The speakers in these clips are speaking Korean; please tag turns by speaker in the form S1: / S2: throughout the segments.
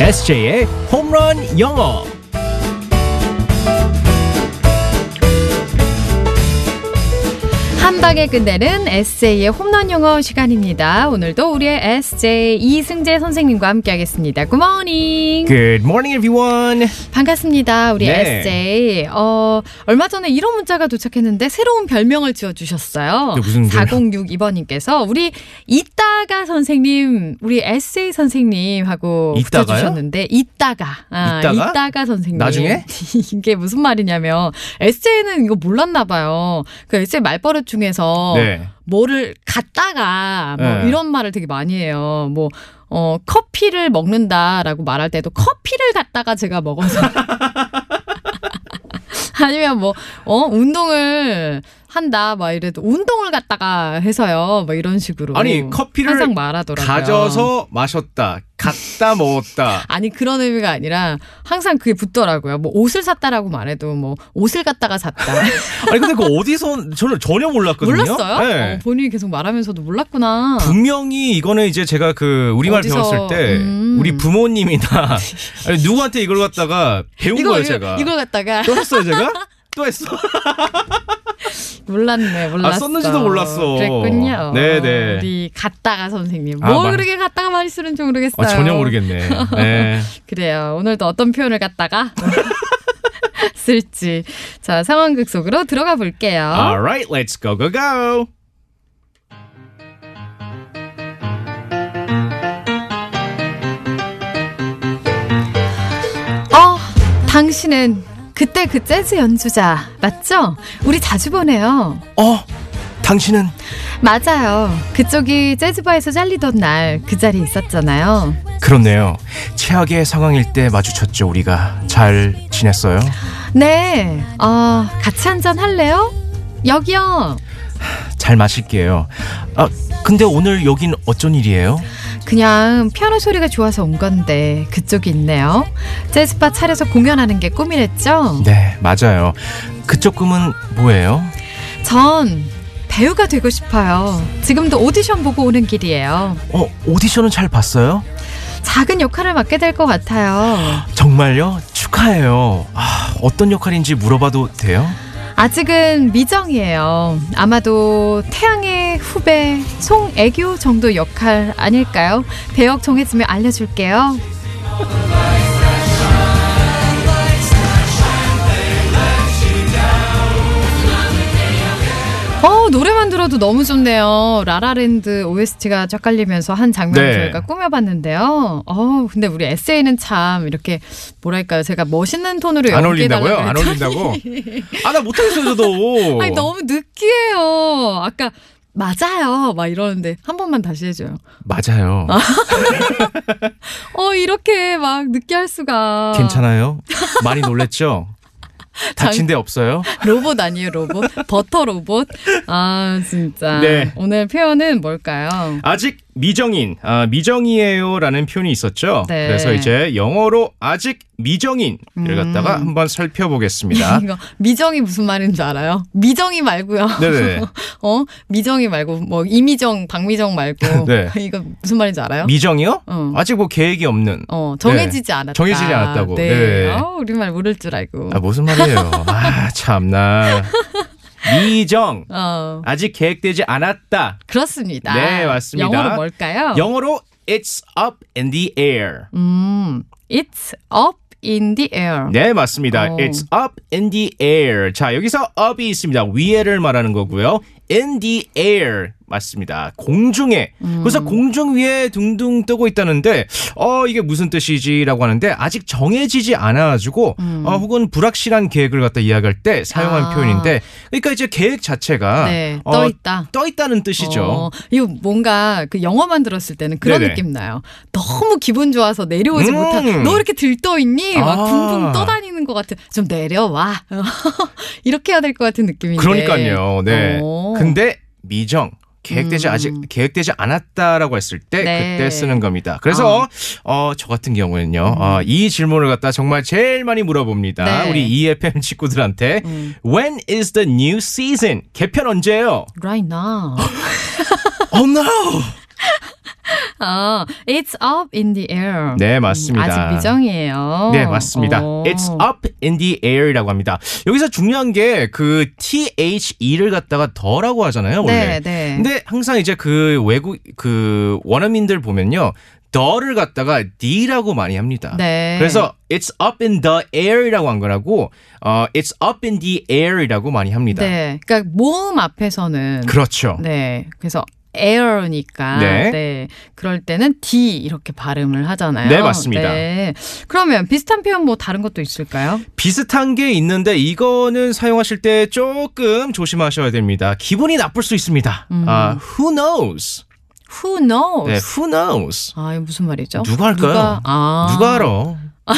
S1: SJ의 홈런 영어.
S2: 한 방에 끝내는 에세이의 홈런 용어 시간입니다. 오늘도 우리의 에세이 이승재 선생님과 함께하겠습니다. 굿모닝.
S1: Good morning, everyone.
S2: 반갑습니다. 우리
S1: 네.
S2: 에세이. 어, 얼마 전에 이런 문자가 도착했는데 새로운 별명을 지어 주셨어요.
S1: 네, 무슨 별명?
S2: 4062번 님께서 우리 이따가 선생님, 우리 에세이 선생님 하고 붙여
S1: 이따가요?
S2: 주셨는데 이따가. 아,
S1: 이따가?
S2: 선생님.
S1: 나중에?
S2: 이게 무슨 말이냐면 에세이는 이거 몰랐나 봐요. 그 에세이 말버릇 중에서
S1: 네.
S2: 뭐를 갖다가 뭐
S1: 네.
S2: 이런 말을 되게 많이 해요. 뭐 어, 커피를 먹는다라고 말할 때도 커피를 갖다가 제가 먹어서 아니면 뭐 어, 운동을 한다 막 이래도 운동을 갖다가 해서요. 뭐 이런 식으로
S1: 아니, 커피를
S2: 항상 말하더라고요.
S1: 가져서 마셨다. 갖다 먹었다.
S2: 아니 그런 의미가 아니라 항상 그게 붙더라고요. 뭐 옷을 샀다라고 말해도 뭐 옷을 갖다가 샀다.
S1: 아니 근데 그 어디서 저는 전혀 몰랐거든요.
S2: 몰랐어요?
S1: 네.
S2: 어, 본인이 계속 말하면서도 몰랐구나.
S1: 분명히 이거는 이제 제가 그 우리말
S2: 어디서,
S1: 배웠을 때
S2: 음.
S1: 우리 부모님이나 아니, 누구한테 이걸 갖다가 배운
S2: 이거
S1: 거예요
S2: 이거,
S1: 제가.
S2: 이걸 갖다가
S1: 또 했어요 제가? 또 했어.
S2: 몰랐네, 몰랐어.
S1: 아, 썼는지도 몰랐어.
S2: 그랬군요.
S1: 네네.
S2: 우리 갔다가 선생님.
S1: 아,
S2: 뭘
S1: 말-
S2: 그렇게 갔다가 많이 쓰는지
S1: 아,
S2: 모르겠어요.
S1: 전혀 모르겠네. 네.
S2: 그래요. 오늘도 어떤 표현을 갖다가 쓸지. 자, 상황극 속으로 들어가 볼게요.
S1: Alright, let's go go go.
S2: 어, 당신은 그때 그 재즈 연주자 맞죠? 우리 자주 보네요.
S1: 어, 당신은
S2: 맞아요. 그쪽이 재즈바에서 잘리던 날 그 자리에 있었잖아요.
S1: 그렇네요. 최악의 상황일 때 마주쳤죠 우리가 잘 지냈어요.
S2: 네. 어, 같이 한잔 할래요? 여기요.
S1: 잘 마실게요. 아 근데 오늘 여긴 어쩐 일이에요?
S2: 그냥 피아노 소리가 좋아서 온 건데 그쪽이 있네요. 재즈바 차려서 공연하는 게 꿈이랬죠?
S1: 네 맞아요. 그쪽 꿈은 뭐예요?
S2: 전 배우가 되고 싶어요. 지금도 오디션 보고 오는 길이에요.
S1: 어 오디션은 잘 봤어요?
S2: 작은 역할을 맡게 될 것 같아요.
S1: 정말요? 축하해요. 아 어떤 역할인지 물어봐도 돼요?
S2: 아직은 미정이에요. 아마도 태양의 후배 송애교 정도 역할 아닐까요? 배역 정해지면 알려줄게요. 어, 노래만 들어도 너무 좋네요. 라라랜드 OST가 쫙 깔리면서 한 장면을
S1: 네.
S2: 저희가 꾸며봤는데요. 어, 근데 우리 에세이는 참 이렇게 뭐랄까요. 제가 멋있는 톤으로
S1: 안
S2: 연기해달라고
S1: 어울린다고요? 안
S2: 그랬더니
S1: 어울린다고? 아 나 못하겠어요 저도.
S2: 아니 너무 느끼해요. 아까 맞아요. 막 이러는데 한 번만 다시 해줘요.
S1: 맞아요.
S2: 어 이렇게 막 느끼할 수가.
S1: 괜찮아요? 많이 놀랬죠? 다친 데 없어요?
S2: 로봇 아니에요 로봇 버터 로봇. 아 진짜.
S1: 네.
S2: 오늘 표현은 뭘까요?
S1: 아직 미정인, 아, 미정이에요라는 표현이 있었죠.
S2: 네. 음.
S1: 그래서 이제 영어로 아직 미정인을 갖다가 한번 살펴보겠습니다.
S2: 이거 미정이 무슨 말인 줄 알아요? 미정이 말고요.
S1: 네네.
S2: 어 미정이 말고 뭐 이미정 박미정 말고
S1: 네.
S2: 이거 무슨 말인지 알아요?
S1: 미정이요?
S2: 어.
S1: 아직 뭐 계획이 없는.
S2: 어 정해지지 않았다.
S1: 정해지지 않았다고.
S2: 네.
S1: 네.
S2: 어, 우리말 모를 줄 알고.
S1: 아, 무슨 말이에요? 아, 참나. 미정.
S2: 어
S1: 아직 계획되지 않았다.
S2: 그렇습니다.
S1: 네, 맞습니다.
S2: 영어로 뭘까요?
S1: 영어로 it's up in the air.
S2: 음, it's up in the air.
S1: 네, 맞습니다.
S2: 어.
S1: It's up in the air. 자, 여기서 up이 있습니다. 위에를 말하는 거고요. in the air. 맞습니다. 공중에.
S2: 음.
S1: 그래서 공중 위에 둥둥 뜨고 있다는데, 어, 이게 무슨 뜻이지라고 하는데, 아직 정해지지 않아가지고, 어, 혹은 불확실한 계획을 갖다 이야기할 때 사용한
S2: 음. 아.
S1: 표현인데, 그러니까 이제 계획 자체가
S2: 네,
S1: 어,
S2: 떠 있다.
S1: 떠 있다는 뜻이죠.
S2: 어, 이거 뭔가 그 영어만 들었을 때는 그런
S1: 네네.
S2: 느낌 나요. 너무 기분 좋아서 내려오지
S1: 음.
S2: 못한. 너 이렇게 들떠 있니? 막
S1: 아.
S2: 붕붕 떠다니는 것 같은. 좀 내려와. 이렇게 해야 될 것 같은 느낌인데.
S1: 그러니까요. 네.
S2: 어. 음.
S1: 근데 미정 계획되지 아직 계획되지 않았다라고 했을 때
S2: 네. 아.
S1: 그때 쓰는 겁니다. 그래서 어, 저 같은 경우에는요. 어, 이 질문을 갖다 정말 제일 많이 물어봅니다.
S2: 음. 네.
S1: 우리 EFM 친구들한테
S2: 음.
S1: When is the new season? 개편 언제예요?
S2: 어, Right now.
S1: oh no.
S2: 어, it's up in the air.
S1: 네, 맞습니다.
S2: 음, 아직 미정이에요.
S1: 네, 맞습니다.
S2: 어.
S1: It's up in the air이라고 합니다. 여기서 중요한 게 그 THE를 갖다가 더라고 하잖아요, 원래.
S2: 네, 네.
S1: 근데 항상 이제 그 외국 그 원어민들 보면요. 더를 갖다가 d라고 많이 합니다.
S2: 네.
S1: 그래서 it's up in the air이라고 한 거라고 어 it's up in the air이라고 많이 합니다.
S2: 네. 그러니까 모음 앞에서는
S1: 그렇죠.
S2: 네. 그래서 air니까
S1: 네.
S2: 그럴 때는 d 이렇게 발음을 하잖아요.
S1: 네, 맞습니다.
S2: 네. 그러면 비슷한 표현 뭐 다른 것도 있을까요?
S1: 비슷한 게 있는데 이거는 사용하실 때 조금 조심하셔야 됩니다. 기분이 나쁠 수 있습니다.
S2: 음.
S1: 아, who knows?
S2: Who knows?
S1: 네, who knows?
S2: 아, 이거 무슨 말이죠?
S1: 누가 할까요?
S2: 누가, 아.
S1: 누가 알아?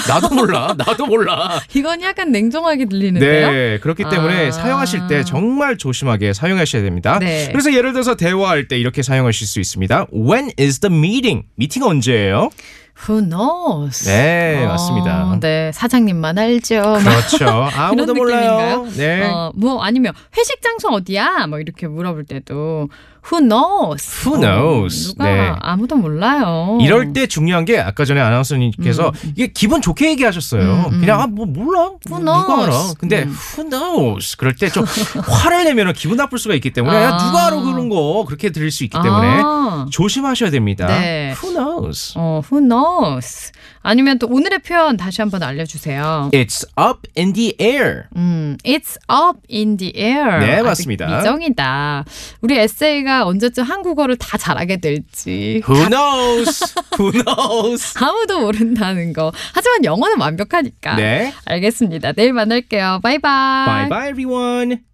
S1: 나도 몰라. 나도 몰라.
S2: 이건 약간 냉정하게 들리는데요.
S1: 네, 그렇기 때문에
S2: 아.
S1: 사용하실 때 정말 조심하게 사용하셔야 됩니다.
S2: 네.
S1: 그래서 예를 들어서 대화할 때 이렇게 사용하실 수 있습니다. When is the meeting? 미팅 언제예요?
S2: Who knows?
S1: 네,
S2: 어,
S1: 맞습니다.
S2: 네, 사장님만 알죠. 막
S1: 그렇죠. 아무도 몰라요.
S2: 느낌인가요?
S1: 네.
S2: 어, 뭐 아니면 회식 장소 어디야? 뭐 이렇게 물어볼 때도 who knows?
S1: Who knows?
S2: 어, 누가
S1: 네.
S2: 아무도 몰라요.
S1: 이럴 때 중요한 게 아까 전에 아나운서님께서 이게 기분 좋게 얘기하셨어요.
S2: 음, 음.
S1: 그냥 아, 뭐 몰라
S2: Who
S1: 누가
S2: knows?
S1: 알아. 근데
S2: 음.
S1: who knows 그럴 때 좀 화를 내면 기분 나쁠 수가 있기 때문에 야,
S2: 아.
S1: 누가 알아 그런 거 그렇게 들릴 수 있기 때문에
S2: 아,
S1: 조심하셔야 됩니다.
S2: 네.
S1: Who knows?
S2: 어, who knows? 아니면 또 오늘의 표현 다시 한번 알려주세요.
S1: It's up in the air.
S2: 음, it's up in the air.
S1: 네,
S2: 아직
S1: 맞습니다.
S2: 미정이다. 우리 에세이가 언제쯤 한국어를 다 잘하게 될지.
S1: Who knows? Who knows?
S2: 아무도 모른다는 거. 하지만 영어는 완벽하니까.
S1: 네.
S2: 알겠습니다. 내일 만날게요. 바이바이. Uh,
S1: Bye bye everyone.